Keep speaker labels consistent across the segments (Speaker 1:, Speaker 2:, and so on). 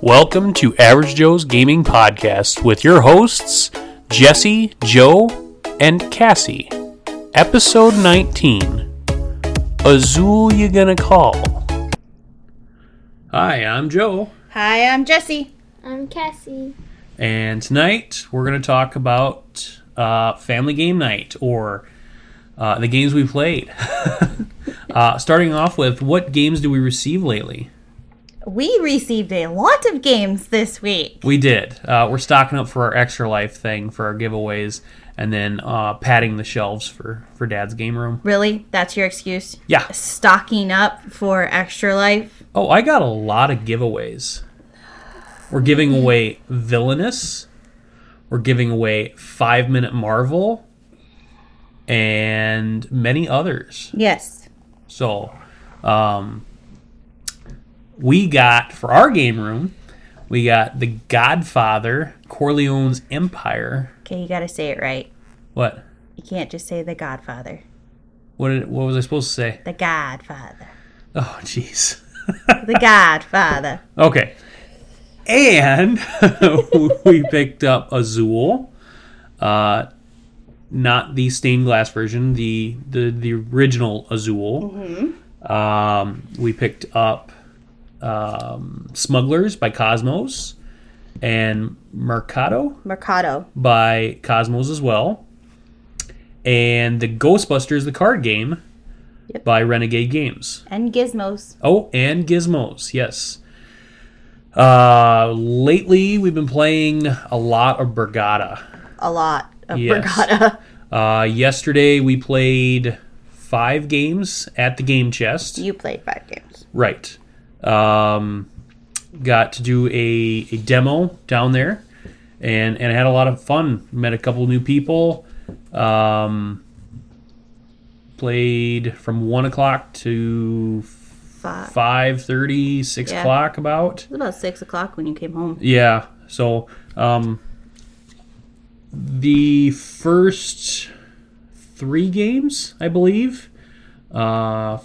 Speaker 1: Welcome to Average Joe's Gaming Podcast with your hosts, Jesse, Joe, and Cassie. Episode 19 Azul You Gonna Call. Hi, I'm Joe,
Speaker 2: Hi, I'm Jesse.
Speaker 3: I'm Cassie.
Speaker 1: and tonight we're gonna talk about uh, Family Game Night or uh, the games we played. uh, starting off with what games do we receive lately?
Speaker 2: We received a lot of games this week.
Speaker 1: We did. Uh, we're stocking up for our extra life thing for our giveaways, and then uh, padding the shelves for for Dad's game room.
Speaker 2: Really? That's your excuse?
Speaker 1: Yeah.
Speaker 2: Stocking up for extra life?
Speaker 1: Oh, I got a lot of giveaways. We're giving away Villainous. We're giving away Five Minute Marvel, and many others.
Speaker 2: Yes.
Speaker 1: So, um, we got for our game room, we got the Godfather Corleone's Empire.
Speaker 2: Okay, you gotta say it right.
Speaker 1: What?
Speaker 2: You can't just say the Godfather.
Speaker 1: What, did, what was I supposed to say?
Speaker 2: The Godfather.
Speaker 1: Oh, jeez.
Speaker 2: The Godfather.
Speaker 1: Okay. And we picked up Azul, uh, not the stained glass version, the the, the original Azul. Um, we picked up um, Smugglers by Cosmos and Mercado
Speaker 2: Mercado.
Speaker 1: by Cosmos as well, and the Ghostbusters the card game
Speaker 2: Yep.
Speaker 1: by Renegade Games.
Speaker 2: And Gizmos.
Speaker 1: Oh, and Gizmos, yes. Uh, lately we've been playing a lot of Brigada.
Speaker 2: A lot of
Speaker 1: Yes.
Speaker 2: Mercado.
Speaker 1: Uh, yesterday we played five games at the game chest.
Speaker 2: You played five games.
Speaker 1: Right. Um, got to do a, a demo down there, and and I had a lot of fun. Met a couple new people. Um, played from one o'clock to
Speaker 2: Five. It
Speaker 1: five thirty, six
Speaker 2: Yeah.
Speaker 1: o'clock about.
Speaker 2: was about six o'clock when you came home.
Speaker 1: Yeah. So, um, the first three games, I believe, uh,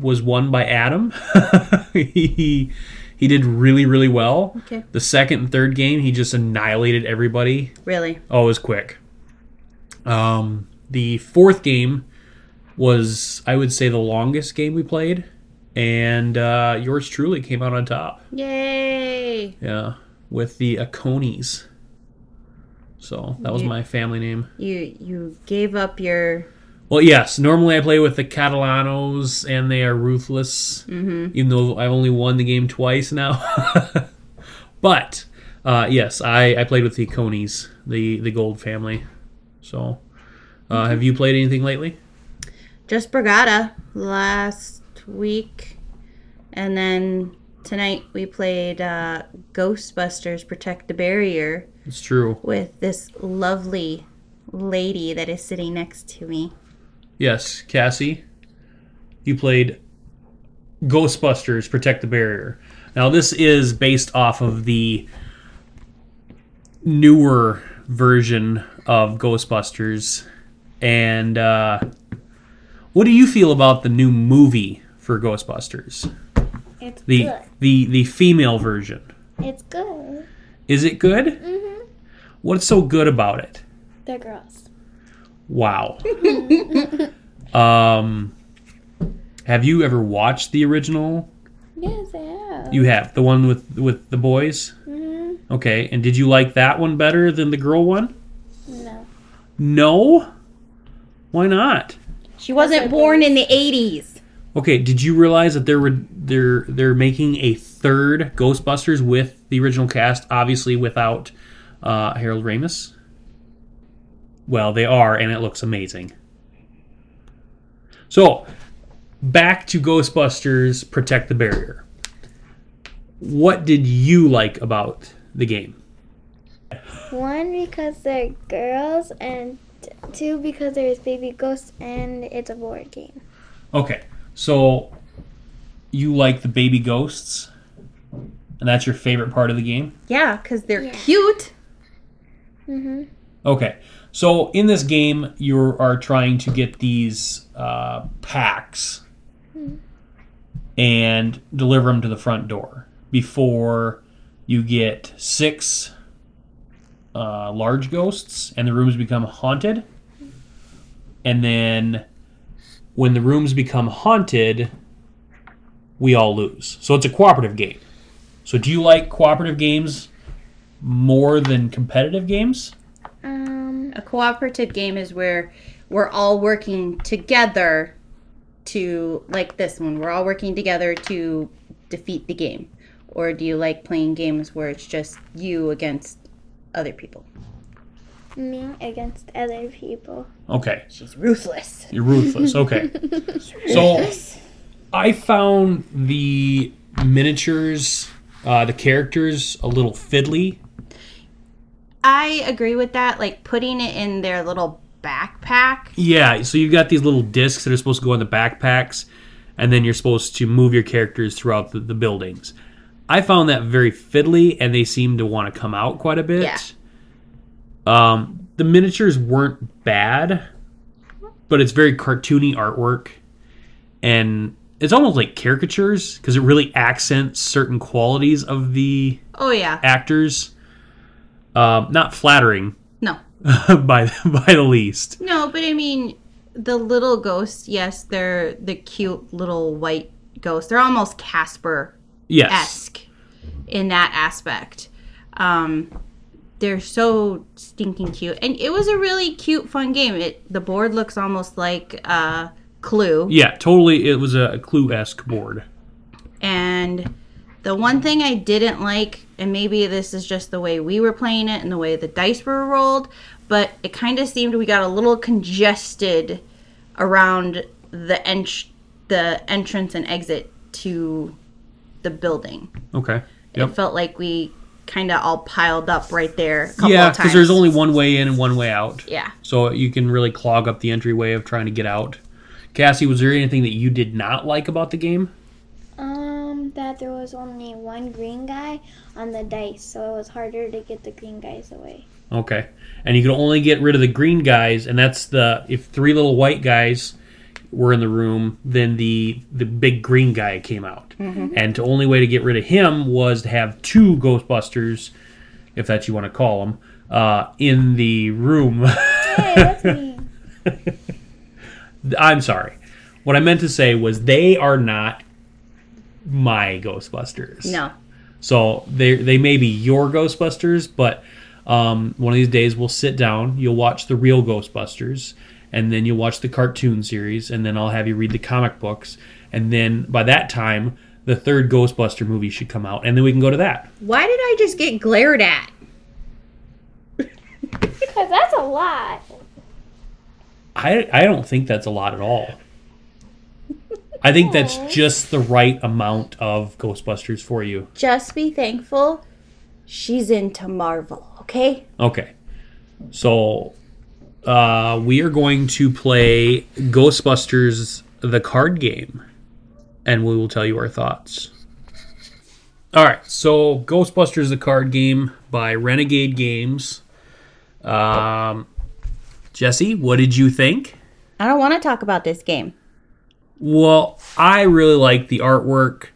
Speaker 1: was won by Adam. he he did really really well.
Speaker 2: Okay.
Speaker 1: The second and third game, he just annihilated everybody.
Speaker 2: Really?
Speaker 1: Oh, it was quick. Um, the fourth game was, I would say, the longest game we played, and uh, yours truly came out on top.
Speaker 2: Yay!
Speaker 1: Yeah, with the Aconis. So that was my family name.
Speaker 2: You you gave up your
Speaker 1: Well, yes. Normally I play with the Catalanos, and they are ruthless. Mm-hmm. Even though I've only won the game twice now, but uh, yes, I, I played with the Aconis, the the Gold family. So, uh, have you played anything lately?
Speaker 2: just Brigada last week, and then tonight we played uh, Ghostbusters Protect the Barrier
Speaker 1: It's true.
Speaker 2: with this lovely lady that is sitting next to me.
Speaker 1: Yes, Cassie, you played Ghostbusters Protect the Barrier. Now, this is based off of the newer version of Ghostbusters. And uh, what do you feel about the new movie for Ghostbusters?
Speaker 3: It's
Speaker 1: The,
Speaker 3: good.
Speaker 1: the, the female version.
Speaker 3: It's good.
Speaker 1: Is it good? Mm-hmm. What's so good about it?
Speaker 3: They're girls.
Speaker 1: Wow. um, have you ever watched the original?
Speaker 3: Yes, I have.
Speaker 1: You have the one with with the boys.
Speaker 3: Mhm.
Speaker 1: Okay, and did you like that one better than the girl one?
Speaker 3: No.
Speaker 1: No. Why not?
Speaker 2: She wasn't born in the 80s.
Speaker 1: Okay, did you realize that they're re- they're they're making a third Ghostbusters with the original cast, obviously without uh, Harold Ramis? Well, they are, and it looks amazing. So, back to Ghostbusters: Protect the Barrier. What did you like about the game?
Speaker 3: One because they're girls, and t- two because there's baby ghosts, and it's a board game.
Speaker 1: Okay, so you like the baby ghosts, and that's your favorite part of the game.
Speaker 2: Yeah, because they're
Speaker 3: Yeah.
Speaker 2: cute.
Speaker 3: Mhm.
Speaker 1: Okay. So in this game, you are trying to get these uh, packs and deliver them to the front door before You get six uh, large ghosts, and the rooms become haunted. And then, when the rooms become haunted, we all lose. So it's a cooperative game. So, do you like cooperative games more than competitive games?
Speaker 3: Um,
Speaker 2: A cooperative game is where we're all working together to, like this one, we're all working together to defeat the game. Or do you like playing games where it's just you against other people?
Speaker 3: me against other people.
Speaker 1: Okay,
Speaker 2: She's ruthless.
Speaker 1: you're ruthless. Okay. so, I found the miniatures, uh, the characters, a little fiddly.
Speaker 2: I agree with that. Like putting it in their little backpack.
Speaker 1: Yeah, so you've got these little discs that are supposed to go on the backpacks, and then you're supposed to move your characters throughout the, the buildings. I found that very fiddly, and they seem to want to come out quite a bit.
Speaker 2: Yeah.
Speaker 1: Um, the miniatures weren't bad, but it's very cartoony artwork, and it's almost like caricatures because it really accents certain qualities of the
Speaker 2: Oh yeah.
Speaker 1: actors. Um, not flattering
Speaker 2: No.
Speaker 1: by by the least.
Speaker 2: No, but I mean the little ghosts, yes, they're the cute little white ghosts. They're almost Casper
Speaker 1: Yes.
Speaker 2: esque in that aspect. Um they're so stinking cute. And it was a really cute, fun game. It the board looks almost like uh clue.
Speaker 1: Yeah, totally. It was a, a clue esque board.
Speaker 2: And the one thing I didn't like, and maybe this is just the way we were playing it and the way the dice were rolled, but it kind of seemed we got a little congested around the en- the entrance and exit to the building.
Speaker 1: Okay.
Speaker 2: It
Speaker 1: Yep.
Speaker 2: felt like we kind of all piled up right there. A couple
Speaker 1: Yeah,
Speaker 2: of times.
Speaker 1: because there's only one way in and one way out.
Speaker 2: yeah.
Speaker 1: So you can really clog up the entryway of trying to get out. Cassie, was there anything that you did not like about the game?
Speaker 3: Um, that there was only one green guy on the dice, so it was harder to get the green guys away.
Speaker 1: Okay. And you could only get rid of the green guys, and that's the if three little white guys were in the room, then the the big green guy came out. And the only way to get rid of him was to have two Ghostbusters, if that's you want to call them, uh, in the room.
Speaker 3: Hey, that's me.
Speaker 1: I'm sorry. What I meant to say was they are not my Ghostbusters.
Speaker 2: No.
Speaker 1: So they they may be your Ghostbusters, but um, one of these days we'll sit down. You'll watch the real Ghostbusters, and then you'll watch the cartoon series, and then I'll have you read the comic books, and then by that time the third Ghostbuster movie should come out, and then we can go to that.
Speaker 2: Why did I just get glared at?
Speaker 3: Cause that's a lot.
Speaker 1: I I don't think that's a lot at all. I think that's
Speaker 3: Aw.
Speaker 1: just the right amount of Ghostbusters for you.
Speaker 2: Just be thankful she's into Marvel, okay?
Speaker 1: Okay. So uh, we are going to play Ghostbusters the card game and we will tell you our thoughts. All right. So Ghostbusters the card game by Renegade Games. Um Jesse, what did you think?
Speaker 2: I don't want to talk about this game.
Speaker 1: Well, I really like the artwork.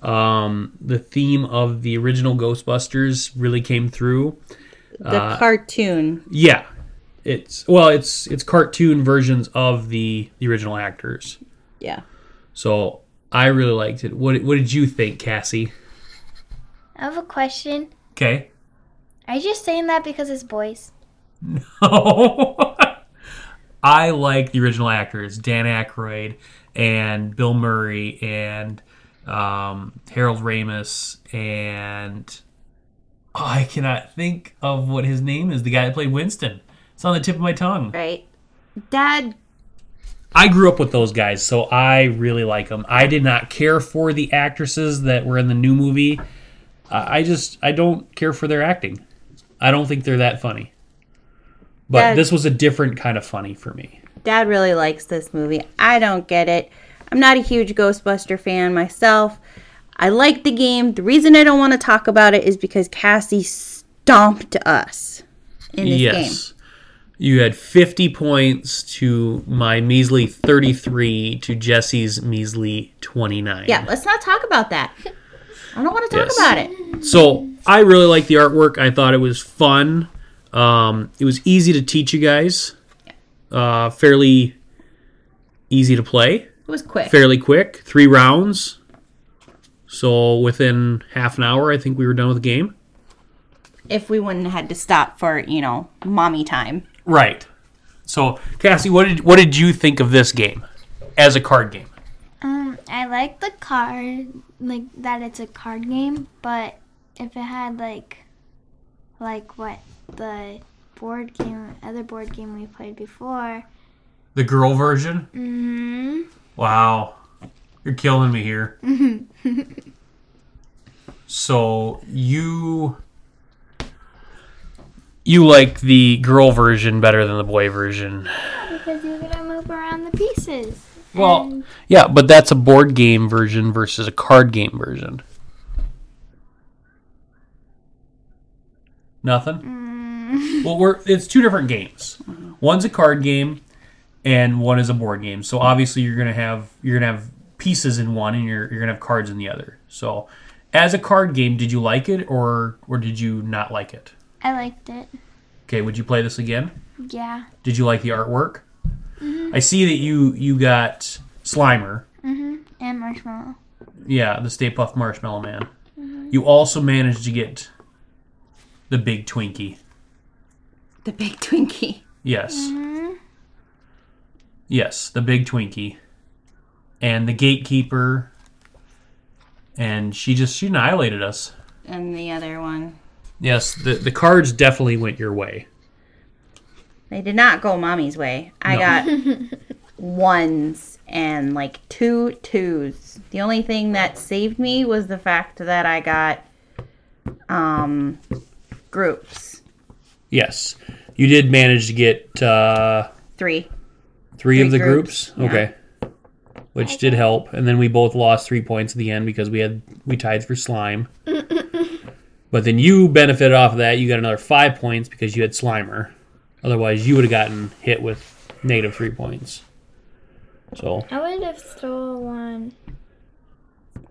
Speaker 1: Um, the theme of the original Ghostbusters really came through.
Speaker 2: The
Speaker 1: Uh,
Speaker 2: cartoon.
Speaker 1: Yeah, it's well, it's it's cartoon versions of the the original actors.
Speaker 2: Yeah.
Speaker 1: So I really liked it. What what did you think, Cassie?
Speaker 3: I have a question.
Speaker 1: Okay.
Speaker 3: Are you just saying that because it's boys?
Speaker 1: I like the original actors, Dan Aykroyd and Bill Murray and um, Harold Ramis and oh, I cannot think of what his name is. The guy that played Winston. It's on the tip of my tongue.
Speaker 2: Right. Dad,
Speaker 1: I grew up with those guys, so I really like them. I did not care for the actresses that were in the new movie. I I just I don't care for their acting. I don't think they're that funny. But
Speaker 2: Yeah.
Speaker 1: this was a different kind of funny for me.
Speaker 2: Dad really likes this movie. I don't get it. I'm not a huge Ghostbuster fan myself. I like the game. The reason I don't want to talk about it is because Cassie stomped us in this game.
Speaker 1: You had 50 points to my measly 33 to Jesse's measly 29.
Speaker 2: Yeah, let's not talk about that. I don't want to talk
Speaker 1: Yes.
Speaker 2: about it.
Speaker 1: So I really like the artwork. I thought it was fun. Um, it was easy to teach you guys. Uh, fairly easy to play.
Speaker 2: It was quick.
Speaker 1: Fairly quick. Three rounds. So within half an hour, I think we were done with the game.
Speaker 2: If we wouldn't have had to stop for, you know, mommy time.
Speaker 1: Right. So Cassie, what did what did you think of this game as a card game?
Speaker 3: Um, I like the card, like that it's a card game, but if it had like, like what the board game, other board game we played before.
Speaker 1: The girl version.
Speaker 3: Mm-hmm.
Speaker 1: Wow, you're killing me here. so you you like the girl version better than the boy version?
Speaker 3: Because you're gonna move around the pieces.
Speaker 1: Well, yeah, but that's a board game version versus a card game version. Nothing. Well, we're it's two different games. One's a card game, and one is a board game. So obviously, you're gonna have you're gonna have pieces in one, and you're you're gonna have cards in the other. So, as a card game, did you like it or or did you not like it?
Speaker 3: I liked it.
Speaker 1: Okay, would you play this again?
Speaker 3: Yeah.
Speaker 1: Did you like the artwork? I see that you you got Slimer.
Speaker 3: And marshmallow.
Speaker 1: Yeah, the Stay Puft Marshmallow Man. You also managed to get the big Twinkie.
Speaker 2: The big Twinkie.
Speaker 1: Yes.
Speaker 3: Mm-hmm.
Speaker 1: Yes, the big Twinkie. And the gatekeeper. And she just she annihilated us.
Speaker 2: And the other one.
Speaker 1: Yes, the the cards definitely went your way.
Speaker 2: They did not go mommy's way. I got ones and like two twos. The only thing that saved me was the fact that I got um groups.
Speaker 1: Yes. You did manage to get uh
Speaker 2: Three.
Speaker 1: three, of
Speaker 2: Three
Speaker 1: the
Speaker 2: groups,
Speaker 1: groups. Okay. Which did help. And then we both lost three points at the end because we had we tied for slime. but then you benefited off of that. You got another five points because you had Slimer. Otherwise you would have gotten hit with negative three points. So
Speaker 3: I would have stole one.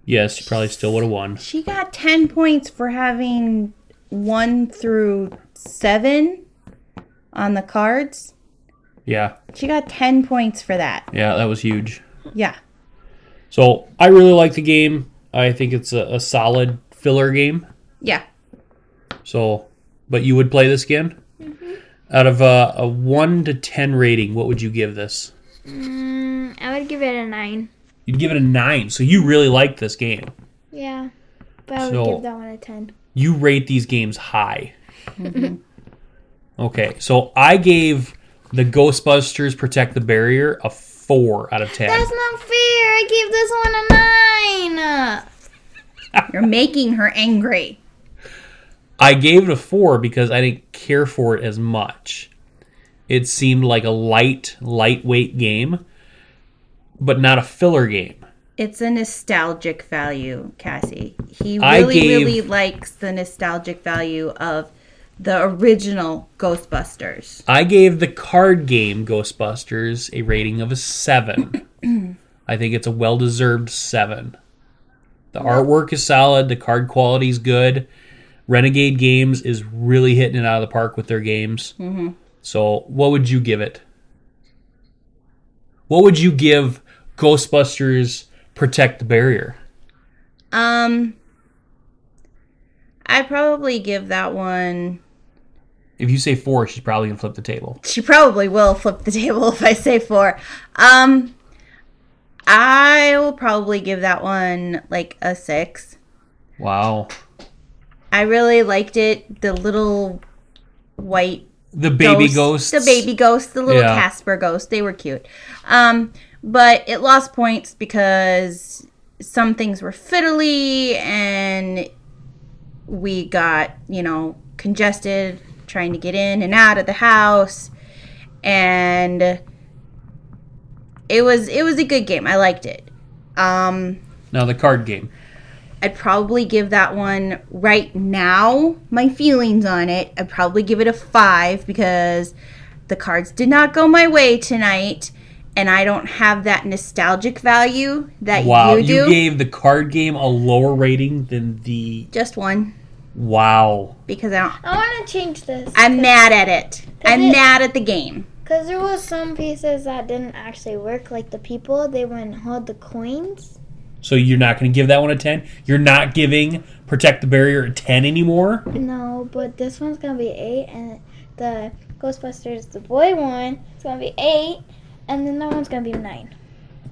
Speaker 1: yes, you probably still would have won.
Speaker 2: She got 10 points for having 1 through 7 on the cards.
Speaker 1: Yeah.
Speaker 2: She got 10 points for that.
Speaker 1: Yeah, that was huge.
Speaker 2: Yeah.
Speaker 1: So I really like the game. I think it's a, a solid filler game.
Speaker 2: Yeah.
Speaker 1: So, but you would play this again? Out of a, a 1 to 10 rating, what would you give this?
Speaker 3: Mm, I would give it a nine.
Speaker 1: You'd give it a 9. So you really like this game.
Speaker 3: Yeah. But I would
Speaker 1: So-
Speaker 3: give that one a ten.
Speaker 1: You rate these games high. okay. So I gave the Ghostbusters Protect the Barrier a 4 out of 10.
Speaker 3: That's not fair. I gave this one a nine.
Speaker 2: You're making her angry.
Speaker 1: I gave it a 4 because I didn't care for it as much. It seemed like a light, lightweight game, but not a filler game.
Speaker 2: It's a nostalgic value, Cassie. He
Speaker 1: I
Speaker 2: really,
Speaker 1: gave-
Speaker 2: really likes the nostalgic value of the original Ghostbusters.
Speaker 1: I gave the card game Ghostbusters a rating of a seven. I think it's a well deserved seven. The artwork is solid, the card quality is good. Renegade Games is really hitting it out of the park with their games. Mm-hmm. So, what would you give it? What would you give Ghostbusters Protect the Barrier?
Speaker 2: Um, I'd probably give that one.
Speaker 1: If you say four, she's probably going to flip the table.
Speaker 2: She probably will flip the table if I say four. Um, I will probably give that one like a six.
Speaker 1: Wow.
Speaker 2: I really liked it. The little white
Speaker 1: The baby ghosts.
Speaker 2: ghost, the baby ghost, the little
Speaker 1: Yeah.
Speaker 2: Casper ghost. They were cute. Um, but it lost points because some things were fiddly, and we got you know congested trying to get in and out of the house, and it was it was a good game. I liked it. Um,
Speaker 1: Now, the card game.
Speaker 2: I'd probably give that one right now. My feelings on it, I'd probably give it a five because the cards did not go my way tonight, and I don't have that nostalgic value that
Speaker 1: Wow,
Speaker 2: you
Speaker 1: you,
Speaker 2: do.
Speaker 1: gave the card game a lower rating than the
Speaker 2: Just one
Speaker 1: wow.
Speaker 2: because I don't.
Speaker 3: I want to change this.
Speaker 2: I'm mad at it. I'm
Speaker 3: it-
Speaker 2: mad at the game.
Speaker 3: Because there was some pieces that didn't actually work, like the people, they wouldn't hold the coins.
Speaker 1: So you're not going to give that one a ten. You're not giving protect the barrier a ten anymore.
Speaker 3: No, but this one's going to be 8, and the Ghostbusters, the boy one, is going to be 8, and then that one's going to be 9.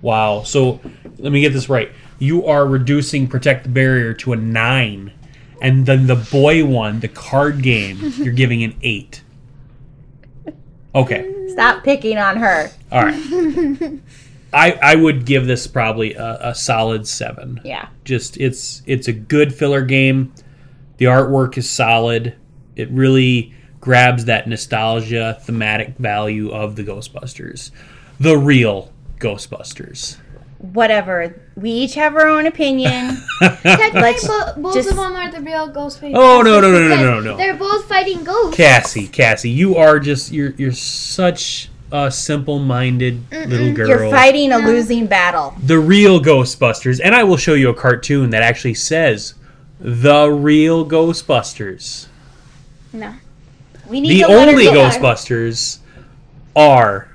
Speaker 1: Wow. So let me get this right. You are reducing protect the barrier to a nine, and then the boy one, the card game, you're giving an eight. Okay.
Speaker 2: Stop picking on her.
Speaker 1: All right. I I would give this probably a, a solid seven.
Speaker 2: Yeah.
Speaker 1: Just it's it's a good filler game. The artwork is solid. It really grabs that nostalgia thematic value of the Ghostbusters, the real Ghostbusters.
Speaker 2: Whatever. We each have our own opinion.
Speaker 3: Technically, bo- both
Speaker 2: just-
Speaker 3: of them are the real Ghostbusters.
Speaker 1: Oh, no, no, no, no, no,
Speaker 3: because
Speaker 1: no, no.
Speaker 3: They're both fighting ghosts.
Speaker 1: Cassie, Cassie, you are just you're you're such a simple-minded little girl.
Speaker 2: You're fighting a losing battle.
Speaker 1: the real Ghostbusters, and I will show you a cartoon that actually says the real Ghostbusters.
Speaker 3: No.
Speaker 2: We need
Speaker 1: The
Speaker 2: to let her
Speaker 1: only
Speaker 2: get her-
Speaker 1: Ghostbusters are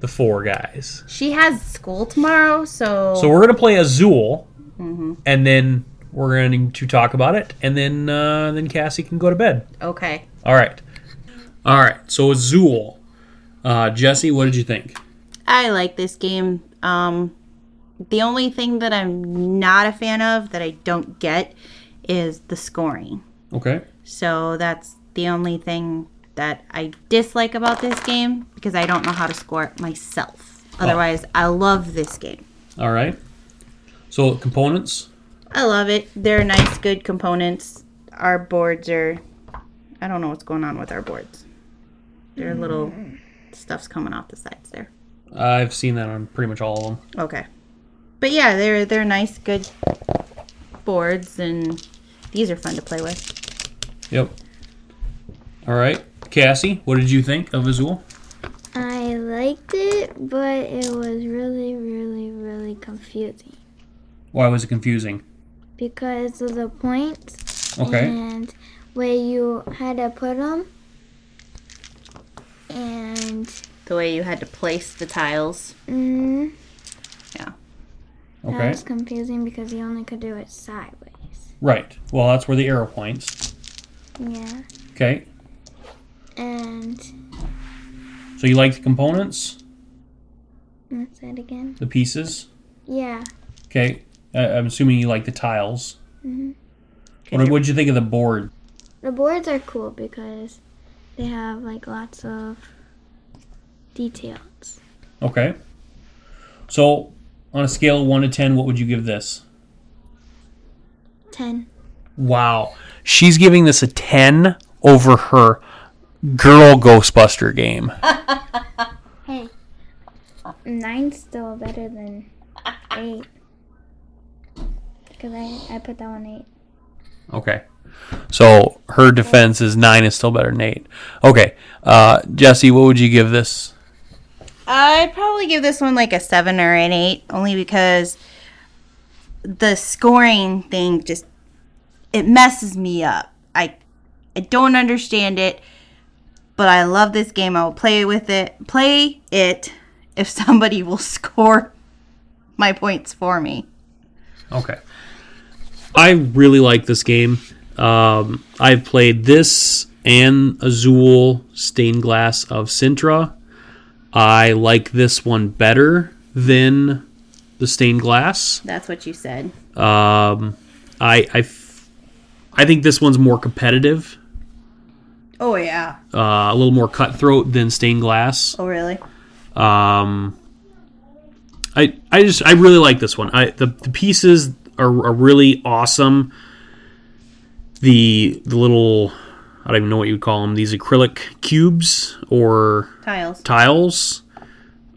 Speaker 1: the four guys.
Speaker 2: She has school tomorrow, so,
Speaker 1: So we're gonna play Azul, and then we're going to talk about it, and then uh, then Cassie can go to bed.
Speaker 2: okay.
Speaker 1: All right, all right. So Azul, uh, Jesse, what did you think?
Speaker 2: I like this game. Um, the only thing that I'm not a fan of that I don't get is the scoring.
Speaker 1: Okay.
Speaker 2: So that's the only thing that I dislike about this game because I don't know how to score it myself. Otherwise, I love this game.
Speaker 1: All right. So components.
Speaker 2: I love it. They're nice, good components. Our boards are. I don't know what's going on with our boards. Their little stuff's coming off the sides there.
Speaker 1: I've seen that on pretty much all of them.
Speaker 2: Okay. But yeah, they're they're nice, good boards, and these are fun to play with.
Speaker 1: Yep. All right, Cassie, what did you think of Azul?
Speaker 3: I liked it, but it was really, really, really confusing
Speaker 1: Why was it confusing?
Speaker 3: because of the points
Speaker 1: Okay.
Speaker 3: and where you had to put them. And
Speaker 2: The way you had to place the tiles.
Speaker 3: mm, that
Speaker 1: Okay.
Speaker 3: was confusing because you only could do it sideways.
Speaker 1: Right. Well, that's where the arrow points.
Speaker 3: Yeah.
Speaker 1: Okay.
Speaker 3: And
Speaker 1: So you like the components,
Speaker 3: what's that mm, again?
Speaker 1: the pieces.
Speaker 3: Yeah.
Speaker 1: Okay. Uh, I'm assuming you like the tiles.
Speaker 3: Mhm.
Speaker 1: What would you think of the board?
Speaker 3: The boards are cool because they have like lots of details.
Speaker 1: Okay. So, on a scale of one to ten, what would you give this?
Speaker 3: 10.
Speaker 1: Wow. She's giving this a 10 over her girl Ghostbuster game.
Speaker 3: Hey. Nine's still better than eight. Because I, I put that one eight.
Speaker 1: Okay. So her defense is 9 is still better than 8. Okay. Uh, Jesse, what would you give this?
Speaker 2: I'd probably give this one like a seven or an eight, only because the scoring thing just it messes me up. I I don't understand it, but I love this game. I will play with it. Play it if somebody will score my points for me.
Speaker 1: Okay. I really like this game. Um, I've played this and Azul Stained Glass of Sintra. I like this one better than the Stained Glass.
Speaker 2: That's what you said.
Speaker 1: Um, I, I, f- I think this one's more competitive,
Speaker 2: Oh yeah.
Speaker 1: uh, a little more cutthroat than stained glass.
Speaker 2: Oh really?
Speaker 1: Um, I, I just, I really like this one. I, the, the pieces are, are really awesome. The, the little, I don't even know what you would call them. These acrylic cubes or
Speaker 2: Tiles.
Speaker 1: tiles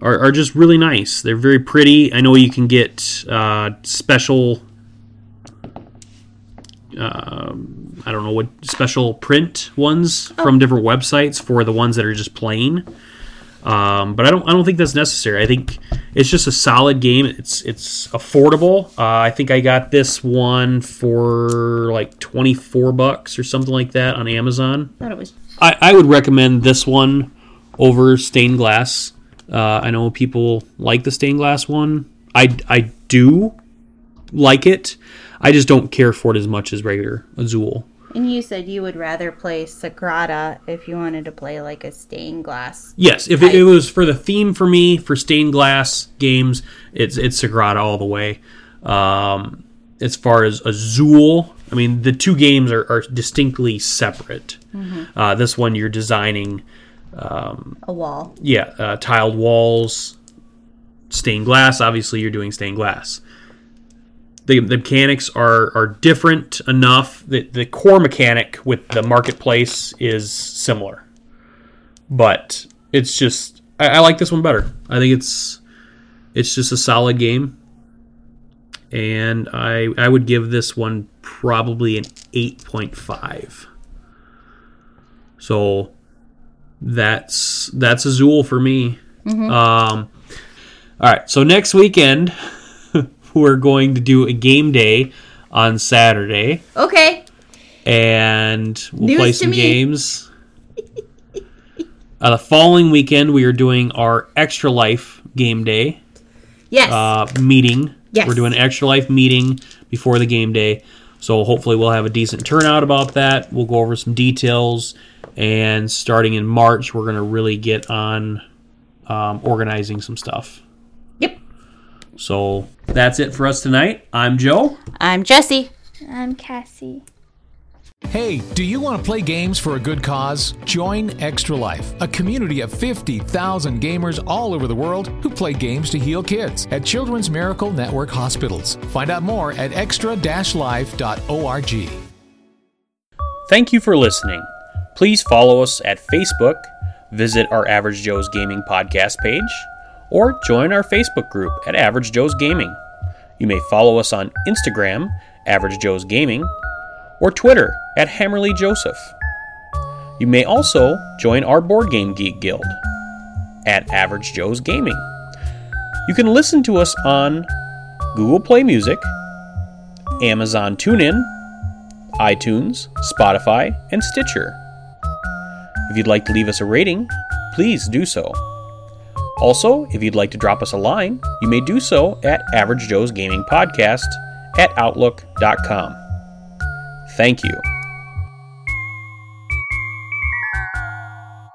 Speaker 1: are, are just really nice. They're very pretty. I know you can get uh, special. Um, I don't know what special print ones from different websites for the ones that are just plain. Um, but I don't I don't think that's necessary. I think it's just a solid game. It's it's affordable. Uh, I think I got this one for like twenty four bucks or something like that on Amazon.
Speaker 2: thought it was
Speaker 1: I, I would recommend this one over stained glass. Uh, I know people like the stained glass one. I, I do like it. I just don't care for it as much as regular Azul.
Speaker 2: And you said you would rather play Sagrada if you wanted to play like a stained glass.
Speaker 1: Yes, if it, it was for the theme for me for stained glass games, it's it's Sagrada all the way. Um, as far as Azul, I mean the two games are, are distinctly separate. Uh, this one you're designing
Speaker 2: A wall.
Speaker 1: yeah, uh, tiled walls, stained glass. Obviously, you're doing stained glass. The, the mechanics are, are different enough that the core mechanic with the marketplace is similar, but it's just I, I like this one better. I think it's it's just a solid game, and I I would give this one probably an eight point five. So that's that's Azul for me.
Speaker 2: Mm-hmm.
Speaker 1: Um, all right, so next weekend we're going to do a game day on Saturday,
Speaker 2: Okay.
Speaker 1: and we'll
Speaker 2: News
Speaker 1: play
Speaker 2: to
Speaker 1: some
Speaker 2: me.
Speaker 1: games. uh, the following weekend we are doing our Extra Life game day
Speaker 2: Yes.
Speaker 1: uh, meeting.
Speaker 2: Yes.
Speaker 1: We're doing an extra life meeting before the game day. So hopefully we'll have a decent turnout about that. We'll go over some details. And starting in March, we're going to really get on um, organizing some stuff.
Speaker 2: yep.
Speaker 1: So that's it for us tonight. I'm Joe.
Speaker 2: I'm Jesse.
Speaker 3: I'm Cassie.
Speaker 4: Hey, do you want to play games for a good cause? Join Extra Life, a community of 50,000 gamers all over the world who play games to heal kids at Children's Miracle Network hospitals. Find out more at extra-life.org.
Speaker 1: Thank you for listening. Please follow us at Facebook, visit our Average Joe's Gaming podcast page, or join our Facebook group at Average Joe's Gaming. You may follow us on Instagram, Average Joe's Gaming, or Twitter at Hammerly Joseph. You may also join our Board Game Geek Guild at Average Joe's Gaming. You can listen to us on Google Play Music, Amazon TuneIn, iTunes, Spotify, and Stitcher. If you'd like to leave us a rating, please do so. Also, if you'd like to drop us a line, you may do so at Average Joe's Gaming Podcast at Outlook.com. Thank you.